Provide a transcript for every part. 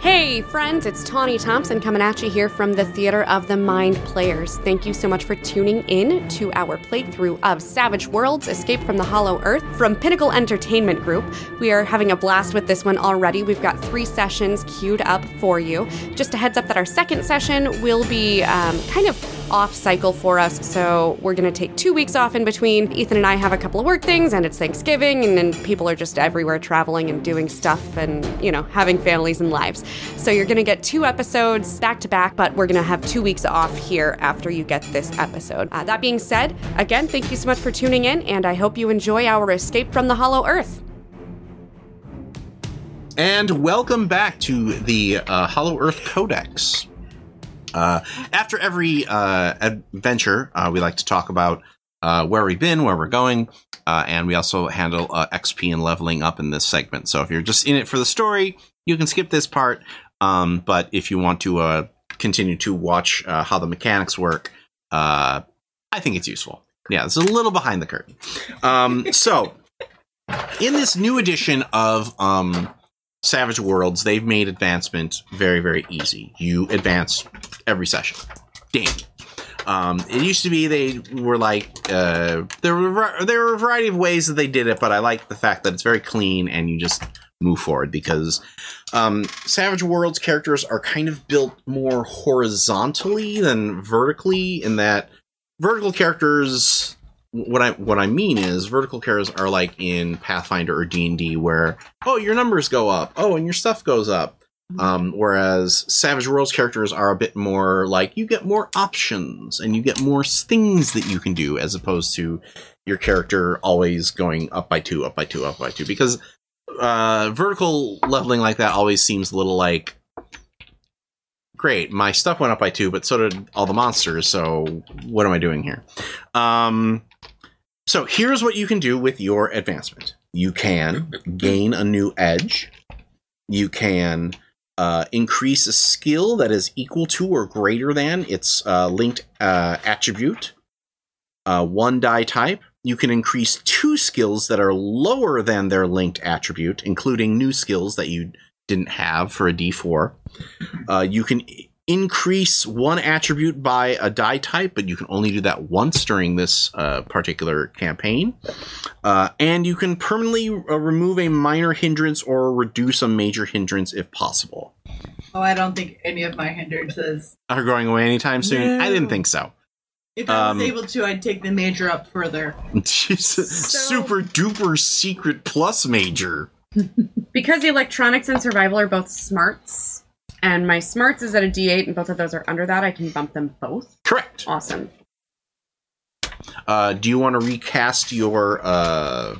Hey, friends, it's Tawny Thompson coming at you here from the Theater of the Mind Players. Thank you so much for tuning in to our playthrough of Savage Worlds Escape from the Hollow Earth from Pinnacle Entertainment Group. We are having a blast with this one already. We've got three sessions queued up for you. Just a heads up that our second session will be um, kind of off cycle for us, so we're going to take two weeks off in between. Ethan and I have a couple of work things, and it's Thanksgiving, and then people are just everywhere traveling and doing stuff and, you know, having families and lives. So you're going to get two episodes back to back, but we're going to have two weeks off here after you get this episode. Uh, that being said, again, thank you so much for tuning in, and I hope you enjoy our escape from the Hollow Earth. And welcome back to the uh, Hollow Earth Codex. Uh, after every uh, adventure, uh, we like to talk about uh, where we've been, where we're going, uh, and we also handle uh, XP and leveling up in this segment. So if you're just in it for the story, you can skip this part. Um, but if you want to uh, continue to watch uh, how the mechanics work, uh, I think it's useful. Yeah, it's a little behind the curtain. Um, so in this new edition of um, Savage Worlds, they've made advancement very, very easy. You advance every session. Ding. Um, it used to be they were like uh, there were there were a variety of ways that they did it, but I like the fact that it's very clean and you just move forward because um, Savage Worlds characters are kind of built more horizontally than vertically. In that vertical characters, what I what I mean is vertical characters are like in Pathfinder or D anD D where oh your numbers go up, oh and your stuff goes up. Um, whereas Savage Worlds characters are a bit more like you get more options and you get more things that you can do as opposed to your character always going up by two, up by two, up by two. Because uh, vertical leveling like that always seems a little like great. My stuff went up by two, but so did all the monsters. So what am I doing here? Um, so here's what you can do with your advancement. You can gain a new edge. You can uh, increase a skill that is equal to or greater than its uh, linked uh, attribute. Uh, one die type. You can increase two skills that are lower than their linked attribute, including new skills that you didn't have for a d4. Uh, you can i- increase one attribute by a die type, but you can only do that once during this uh, particular campaign. Uh, and you can permanently uh, remove a minor hindrance or reduce a major hindrance if possible. Oh, I don't think any of my hindrances. Are going away anytime soon? I didn't think so. If I Um, was able to, I'd take the major up further. She's a So- super duper secret plus major. Because electronics and survival are both smarts, and my smarts is at a D8, and both of those are under that, I can bump them both. Correct. Awesome. Uh, do you want to recast your uh,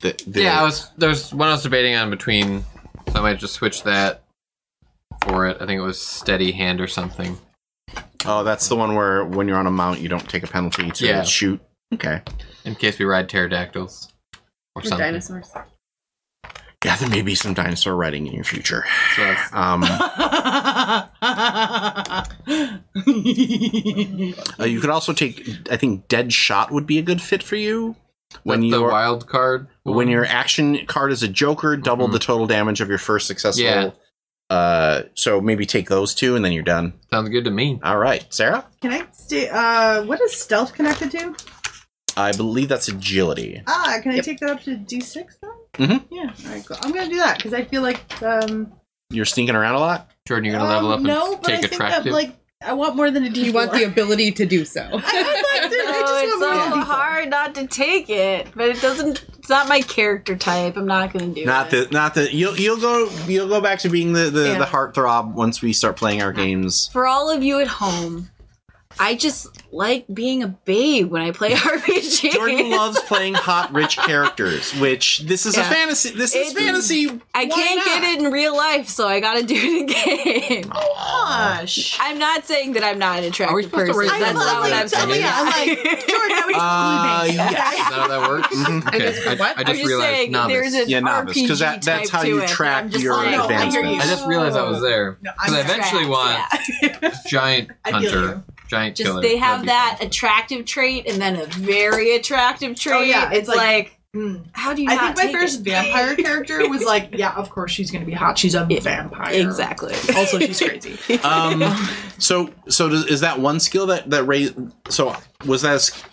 the, the Yeah, I was there was one I was debating on between, so I might just switch that for it. I think it was steady hand or something. Oh, that's the one where when you're on a mount, you don't take a penalty to Yeah. shoot. Okay. In case we ride pterodactyls or Or something. dinosaurs. Yeah, there may be some dinosaur riding in your future. So that's- Um, uh, you could also take. I think dead shot would be a good fit for you when that's the you are, wild card. when your action card is a joker, double the total damage of your first successful. Mm-hmm. Yeah. Uh, so maybe take those two, and then you're done. sounds good to me. All right, Sarah. Can I stay? Uh, what is stealth connected to? I believe that's agility. Ah, can I Yep. take that up to D6 then? Mhm. Mm-hmm. Yeah, all right, cool. I'm going to do that because I feel like. Um, You're sneaking around a lot. Jordan, you're gonna level um, up and no, but take I think attractive. That, like, I want more than a D4. You want the ability to do so. I, I'd Oh, like to, I just it's want more than so a D4. hard not to take it, but it doesn't. It's not my character type. I'm not gonna do Not it. the not the you'll you'll go you'll go back to being the the, Yeah. the heartthrob once we start playing our games. For all of you at home, I just like being a babe when I play RPG. Jordan loves playing hot rich characters, which this is a Yeah. fantasy. This is It's- fantasy. I Why can't not? get it in real life, so I gotta do it in game. Oh. Gosh. I'm not saying that I'm not an attractive Are we supposed to person. raise That's that not level? what I'm Like, saying. tell me, I'm like, Jordan, are we Uh, totally banked? yeah. Is that how that works? Mhm. okay, I, I I'm I'm just just realized saying novice. there's an Yeah, novice, RPG 'cause type that- that's how to you it, but track I'm just your like, "Oh, No, I hear you. I just realized I was there No, I'm because I eventually trapped, want yeah. giant I feel hunter, you. giant just killer. they That'd have be that fun. attractive trait and then a very attractive trait. Oh, yeah, it's it's like, Mm. How do you? I not think my take first it? vampire character was like, yeah, of course she's going to be hot. She's a Yeah, vampire. Exactly. Also, she's crazy. Um, so so does, is that one skill that that raised? So was that? a sk-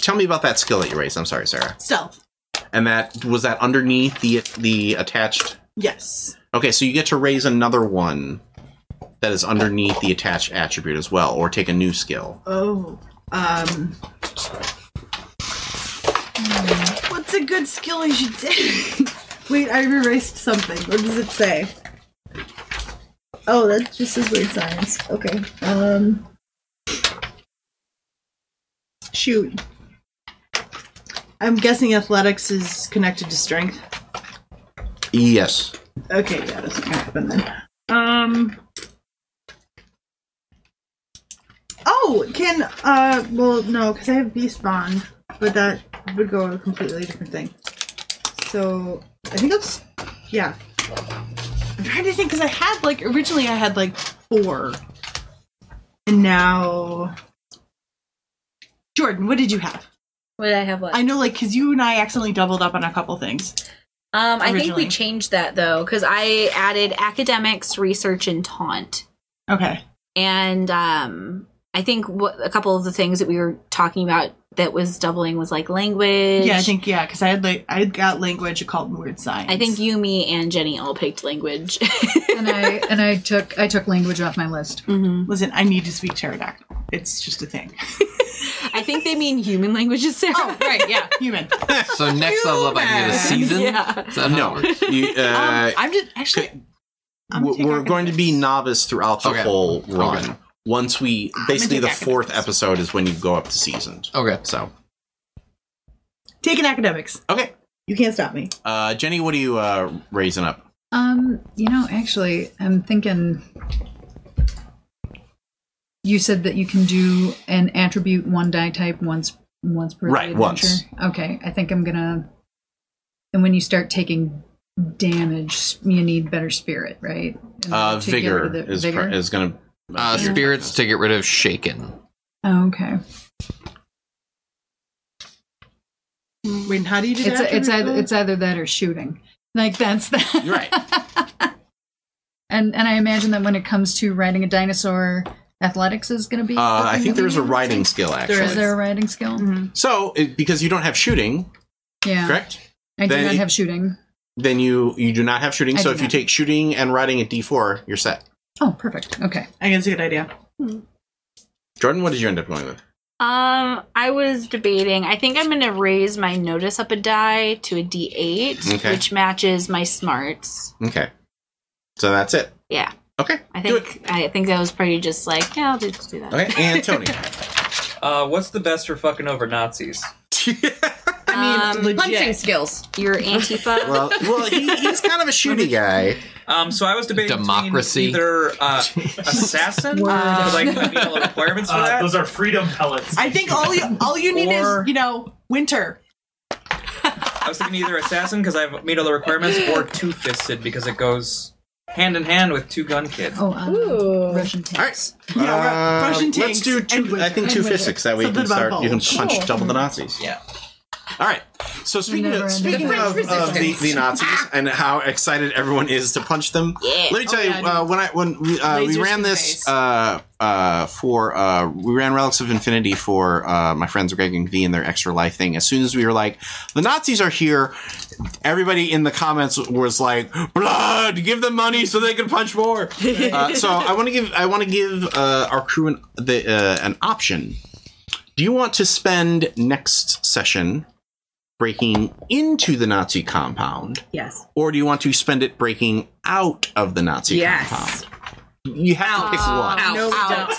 tell me about that skill that you raised. I'm sorry, Sarah. Stealth. And that was that underneath the the attached. Yes. Okay, so you get to raise another one that is underneath the attached attribute as well, or take a new skill. Oh. Um. hmm, What's a good skill I should say? Wait, I erased something. What does it say? Oh, that just says weird science. Okay. Um. Shoot. I'm guessing athletics is connected to strength. Yes. Okay, yeah, that's gonna happen then. Um. Oh, can uh, well, no, because I have Beast Bond, but that would go a completely different thing. So I think that's yeah. I'm trying to think because I had like originally I had like four, and now. Jordan, what did you have? What did I have left? I know, like, because you and I accidentally doubled up on a couple things. um, I think originally. we changed that though because I added academics, research, and taunt, Okay. and um, I think what a couple of the things that we were talking about that was doubling was like language. Yeah, I think yeah, because I had like I had got language, occult, and weird science. I think you, me, and Jenny all picked language. and I and I took I took language off my list. mm-hmm. Listen, I need to speak pterodactyl. It's just a thing. I think they mean human languages, Sarah. Oh, right, yeah, human. So next level up, I need a season. Yeah. Is that how it No. works? You, uh, um, I'm just actually. I'm gonna w- take we're out going to be convince. novice throughout the Okay. whole run. Okay. Once we basically do the academics. fourth episode is when you go up to seasoned. Okay. So taking academics. okay, You can't stop me. uh, Jenny, what are you uh, raising up? Um, you know, actually, I'm thinking. You said that you can do an attribute one die type once once per Right, adventure. once. Okay, I think I'm gonna. And when you start taking damage, you need better spirit, right? In Uh, order to get vigor rid of the- is vigor. is going to Uh, Spirits to get rid of shaken. oh, okay. Wait, how do you do It's that? it's either it's either that or shooting. Like that's that. You're right. and and I imagine that when it comes to riding a dinosaur, athletics is going to be. Uh, I something think that we there's a need. riding skill Or actually. Is there a riding skill? Mm. mm-hmm. So it, because you don't have shooting, Yeah, correct? I do Then not it- have shooting. Then you you do not have shooting. I so do if you not. take shooting and riding at D four, you're set. Oh, perfect. Okay. I guess it's a good idea. Jordan, what did you end up going with? Um, I was debating. I think I'm going to raise my notice up a die to a D8, Okay. which matches my smarts. Okay, so that's it. Yeah. Okay, I do it. think I think that was pretty just like, yeah, I'll just do that. Okay, and Tony. Uh, what's the best for fucking over Nazis? I Um, mean, Punching skills. your Antifa. well, well, he, he's kind of a shooty guy. Um, so I was debating between Democracy. either uh, assassin, Word. because I I meet all the requirements for Uh, that. those are freedom pellets. I think all you all you need Or- is you know winter. I was thinking either assassin because I meet all the requirements, or two fisted because it goes hand in hand with two gun kid. Oh, uh, Ooh. Russian tanks. Yeah, Ru- Uh, Russian Let's tanks do and two. winter. I think two And winter. physics. That way you Something can start. about You can both. punch double the Nazis. Yeah. All right. So speaking Never of ending. speaking The of, French of the, resistance. the Nazis and how excited everyone is to punch them, let Oh, me tell you uh, when I when we, uh, we Lasers ran in this face. uh, uh, for uh, we ran Relics of Infinity for uh, my friends Greg and V and their Extra Life thing. As soon as we were like, the Nazis are here, everybody in the comments was like, blood, give them money so they can punch more. uh, so I want to give I want to give uh, our crew an the, uh, an option. Do you want to spend next session? breaking into the Nazi compound, Yes. or do you want to spend it breaking out of the Nazi Yes. compound? You have to pick one. Out. out,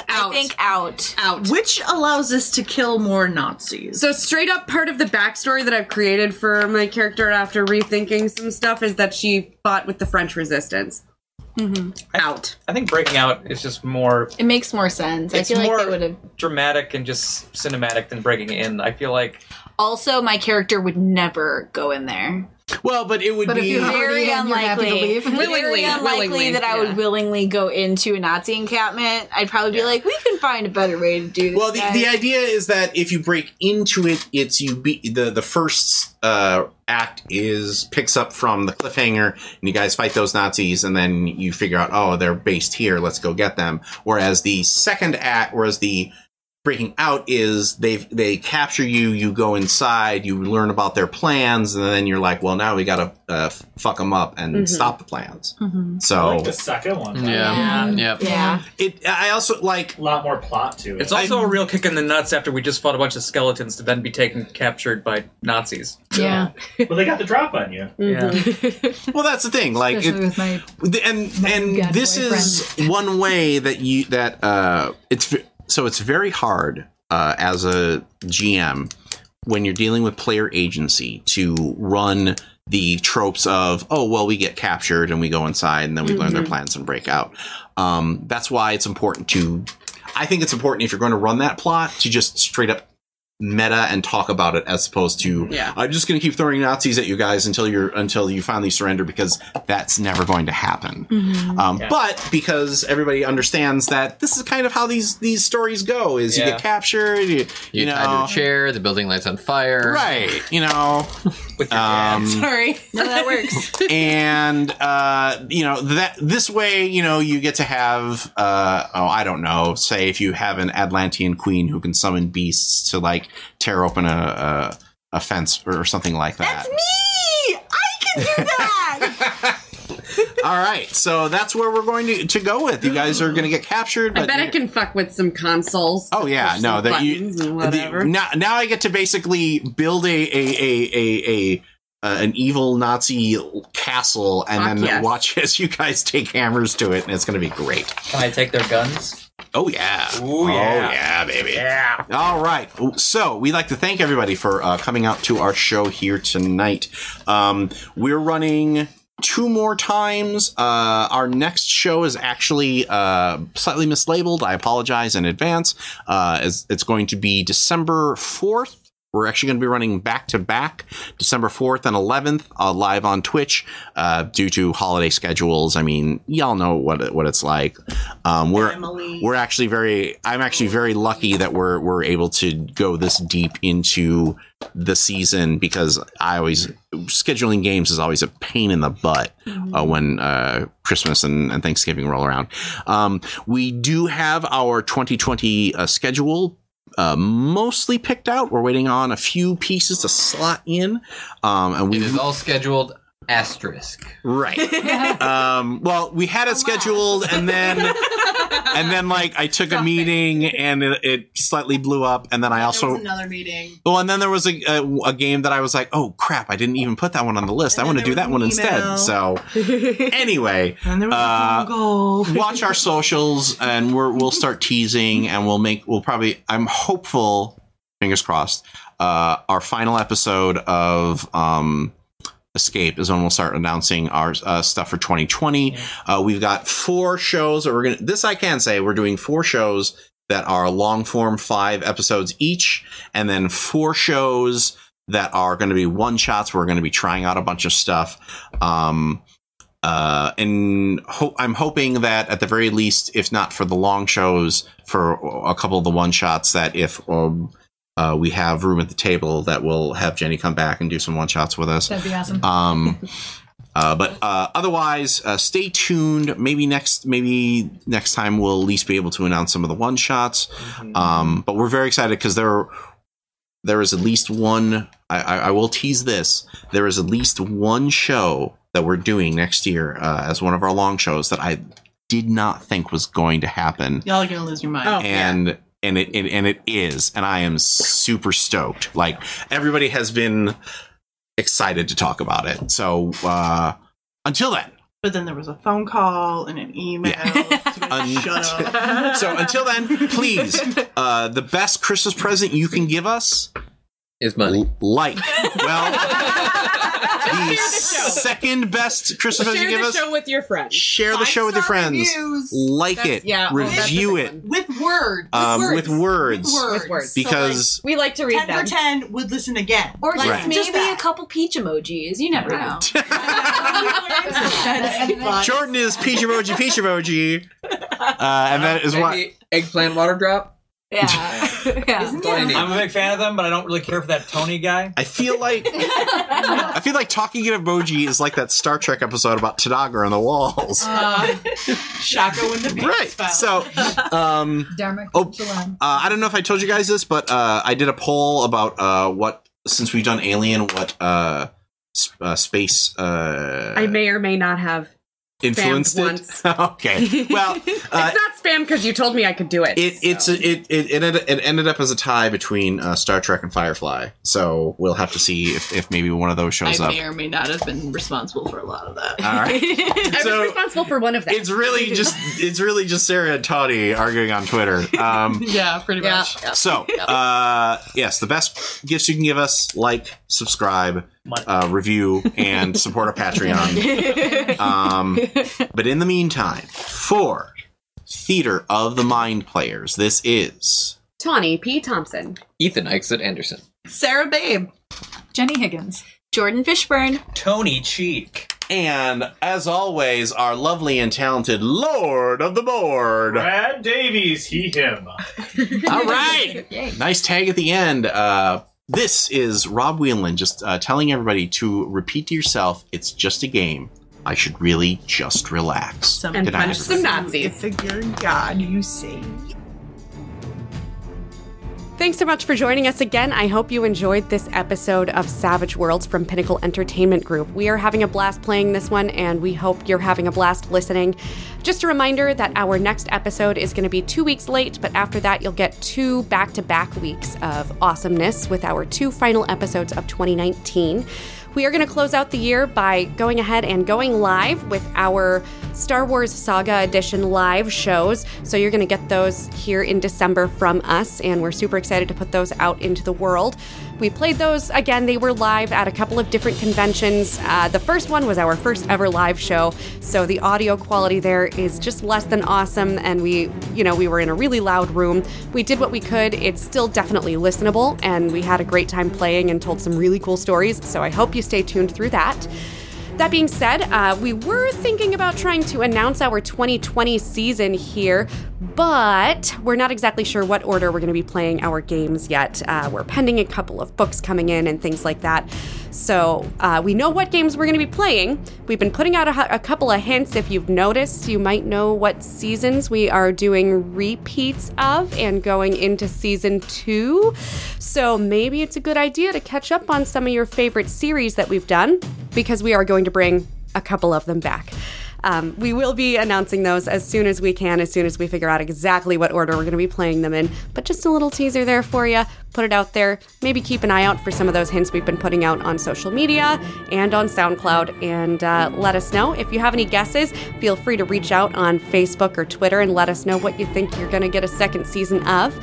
Out. I think out. Out. Which allows us to kill more Nazis. So straight up part of the backstory that I've created for my character after rethinking some stuff is that she fought with the French resistance. Out. I think breaking out is just more It makes more sense. It's I feel like more- they would have. dramatic and just cinematic than breaking in. I feel like Also, my character would never go in there. Well, but it would But if be. you have- Already Very in, you're happy unlikely. to leave. very Willingly, unlikely willingly, that I would yeah. willingly go into a Nazi encampment. I'd probably be like, we can find a better way to do this. well, the, guys." the idea is that if you break into it, it's you be the the first uh, act is picks up from the cliffhanger, and you guys fight those Nazis, and then you figure out, oh, they're based here. Let's go get them. Whereas the second act, whereas the breaking out is they they capture you you go inside you learn about their plans and then you're like well now we gotta uh, f- fuck them up and stop the plans so I like the second one. though. Yeah. Yep. Yeah. it i also like A lot more plot to it. It's also a real kick in the nuts after we just fought a bunch of skeletons to then be taken captured by Nazis. Yeah. but they got the drop on you. Yeah. well that's the thing like Especially it, with my The- and and God this is one way that you that uh it's v- so it's very hard uh as a GM when you're dealing with player agency to run the tropes of oh well we get captured and we go inside and then we learn their plans and break out um that's why it's important to i think it's important if you're going to run that plot to just straight up meta and talk about it as opposed to Yeah. i'm just going to keep throwing nazis at you guys until you're until you finally surrender because that's never going to happen um, but because everybody understands that this is kind of how these these stories go is you Yeah. get captured you, you, You, know tied to a chair. The building lights on fire. right you know With your Um, hands. Sorry. No, that works. and uh, you know that this way, you know, you get to have uh, oh, I don't know, say if you have an Atlantean queen who can summon beasts to like tear open a a, a fence or something like that. me! I can do that! All right, so that's where we're going to, to go with. You guys are going to get captured. I but bet I you- can fuck with some consoles. Oh yeah, Push no, some that you buttons and the- whatever. now now I get to basically build a a a a, a uh, an evil Nazi castle and Fuck then yes. watch as you guys take hammers to it, and it's going to be great. Can I take their guns? Oh yeah. Ooh, Oh yeah. yeah, baby. Yeah. All right. So we'd like to thank everybody for uh, coming out to our show here tonight. Um, we're running two more times. Uh, our next show is actually uh, slightly mislabeled. I apologize in advance. Uh, it's, it's going to be December 4th. We're actually going to be running back to back December 4th and 11th uh, live on Twitch uh, due to holiday schedules. I mean, y'all know what it, what it's like. Um, we're we're actually very I'm actually very lucky that we're we're able to go this deep into the season because I always scheduling games is always a pain in the butt uh, when uh, Christmas and, and Thanksgiving roll around. Um, we do have our 2020 uh, schedule uh, mostly picked out. We're waiting on a few pieces to slot in, um, and we It is all scheduled asterisk. right. um, well, we had it scheduled, and then and then like I took a meeting, and it, it slightly blew up, and then I also. another meeting. Oh, and then there was a, a, a game that I was like, oh crap, I didn't even put that one on the list. I want to do that one instead. So, anyway, uh, watch our socials, and we're, we'll start teasing, and we'll make we'll probably I'm hopeful, fingers crossed, uh, our final episode of um, Escape is when we'll start announcing our uh, stuff for 2020. Uh, we've got four shows that we're gonna. This I can say we're doing four shows that are long form, five episodes each, and then four shows that are going to be one shots. We're going to be trying out a bunch of stuff. Um, uh, and ho- I'm hoping that at the very least, if not for the long shows, for a couple of the one shots, that if um, uh, we have room at the table, that we'll have Jenny come back and do some one shots with us. that'd be awesome. Um, uh, but uh, otherwise, uh, stay tuned. Maybe next, maybe next time we'll at least be able to announce some of the one shots. Um, but we're very excited because there, there is at least one. I, I, I will tease this. There is at least one show that we're doing next year uh, as one of our long shows that I did not think was going to happen Y'all are gonna lose your mind. Oh, yeah. and and it and, and it is and i am super stoked like everybody has been excited to talk about it so uh until then But then there was a phone call and an email. Un- Shut up. so until then please uh the best christmas present you can give us Is money. like well the second best christmas present Share you the give us show with your friends. share the show with your friends like That's- it yeah, oh, that's a review big it one. With words. um, With with words, With words. words. because We like to read Ten for them. ten would listen again. Or just Right. maybe Just that. a couple peach emojis. You never know. Jordan is peach emoji, peach emoji. Uh, and that is why. Maybe eggplant water drop. Yeah. I'm a big fan of them, but I don't really care for that Tony guy. I feel like I feel like talking in emoji is like that Star Trek episode about Tanagra on the walls. Uh, Shaco in the pink right. spell. So, um, Dharma oh, uh, I don't know if I told you guys this, but uh, I did a poll about uh, what since we've done Alien, what uh, sp- uh, space uh, I may or may not have influenced spammed it. okay. Well, uh, it's not spam because you told me I could do it. It it's a- it it ended it ended up as a tie between uh, Star Trek and Firefly. So we'll have to see if, if maybe one of those shows I up. may or may not have been responsible for a lot of that. All right. I So- was responsible for one of them. It's really just it's really just Sarah and Tawny arguing on Twitter. Um, yeah, pretty much. so uh, yes, the best gifts you can give us: like, subscribe, uh, review, and support our Patreon. Um, but in the meantime, for Theater of the Mind players, this is Tawny P. Thompson. Ethan Exit Anderson. Sarah Babe. Jenny Higgins. Jordan Fishburne. Tony Cheek. And as always, our lovely and talented Lord of the Board. Brad Davies, he, him. All right. Nice tag at the end. Uh, this is Rob Whelan just uh, telling everybody to repeat to yourself it's just a game. I should really just relax. and Good night, punch some everybody. Nazis. Figure God you see. Thanks so much for joining us again. I hope you enjoyed this episode of Savage Worlds from Pinnacle Entertainment Group. We are having a blast playing this one, and we hope you're having a blast listening. Just a reminder that our next episode is going to be two weeks late, but after that, you'll get two back to back weeks of awesomeness with our two final episodes of 2019. We are going to close out the year by going ahead and going live with our Star Wars Saga Edition live shows. So you're going to get those here in December from us, and we're super excited to put those out into the world. We played those again, they were live at a couple of different conventions. Uh, the first one was our first ever live show, so the audio quality there is just less than awesome, and we, you know, we were in a really loud room. We did what we could. It's still definitely listenable, and we had a great time playing and told some really cool stories. So I hope you stay tuned through that. That being said, uh, we were thinking about trying to announce our 2020 season here, but we're not exactly sure what order we're going to be playing our games yet. Uh, we're pending a couple of books coming in and things like that. So uh, we know what games we're going to be playing. We've been putting out a, hu- a couple of hints. If you've noticed, you might know what seasons we are doing repeats of and going into season two. So maybe it's a good idea to catch up on some of your favorite series that we've done because we are going to bring a couple of them back. Um, we will be announcing those as soon as we can, as soon as we figure out exactly what order we're going to be playing them in. But just a little teaser there for you. Put it out there. Maybe keep an eye out for some of those hints we've been putting out on social media and on SoundCloud. And uh, let us know. If you have any guesses, feel free to reach out on Facebook or Twitter and let us know what you think you're going to get a second season of.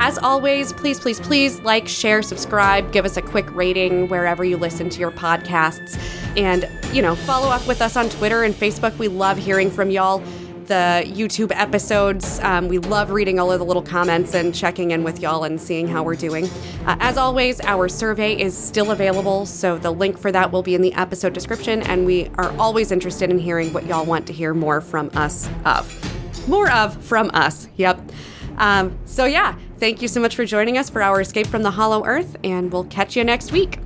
As always, please, please, please like, share, subscribe, give us a quick rating wherever you listen to your podcasts. And, you know, follow up with us on Twitter and Facebook. We love hearing from y'all. The YouTube episodes. Um, we love reading all of the little comments and checking in with y'all and seeing how we're doing. Uh, as always, our survey is still available, so the link for that will be in the episode description, and we are always interested in hearing what y'all want to hear more from us of more of from us. Yep. Um, so, yeah, thank you so much for joining us for our Escape from the Hollow Earth, and we'll catch you next week.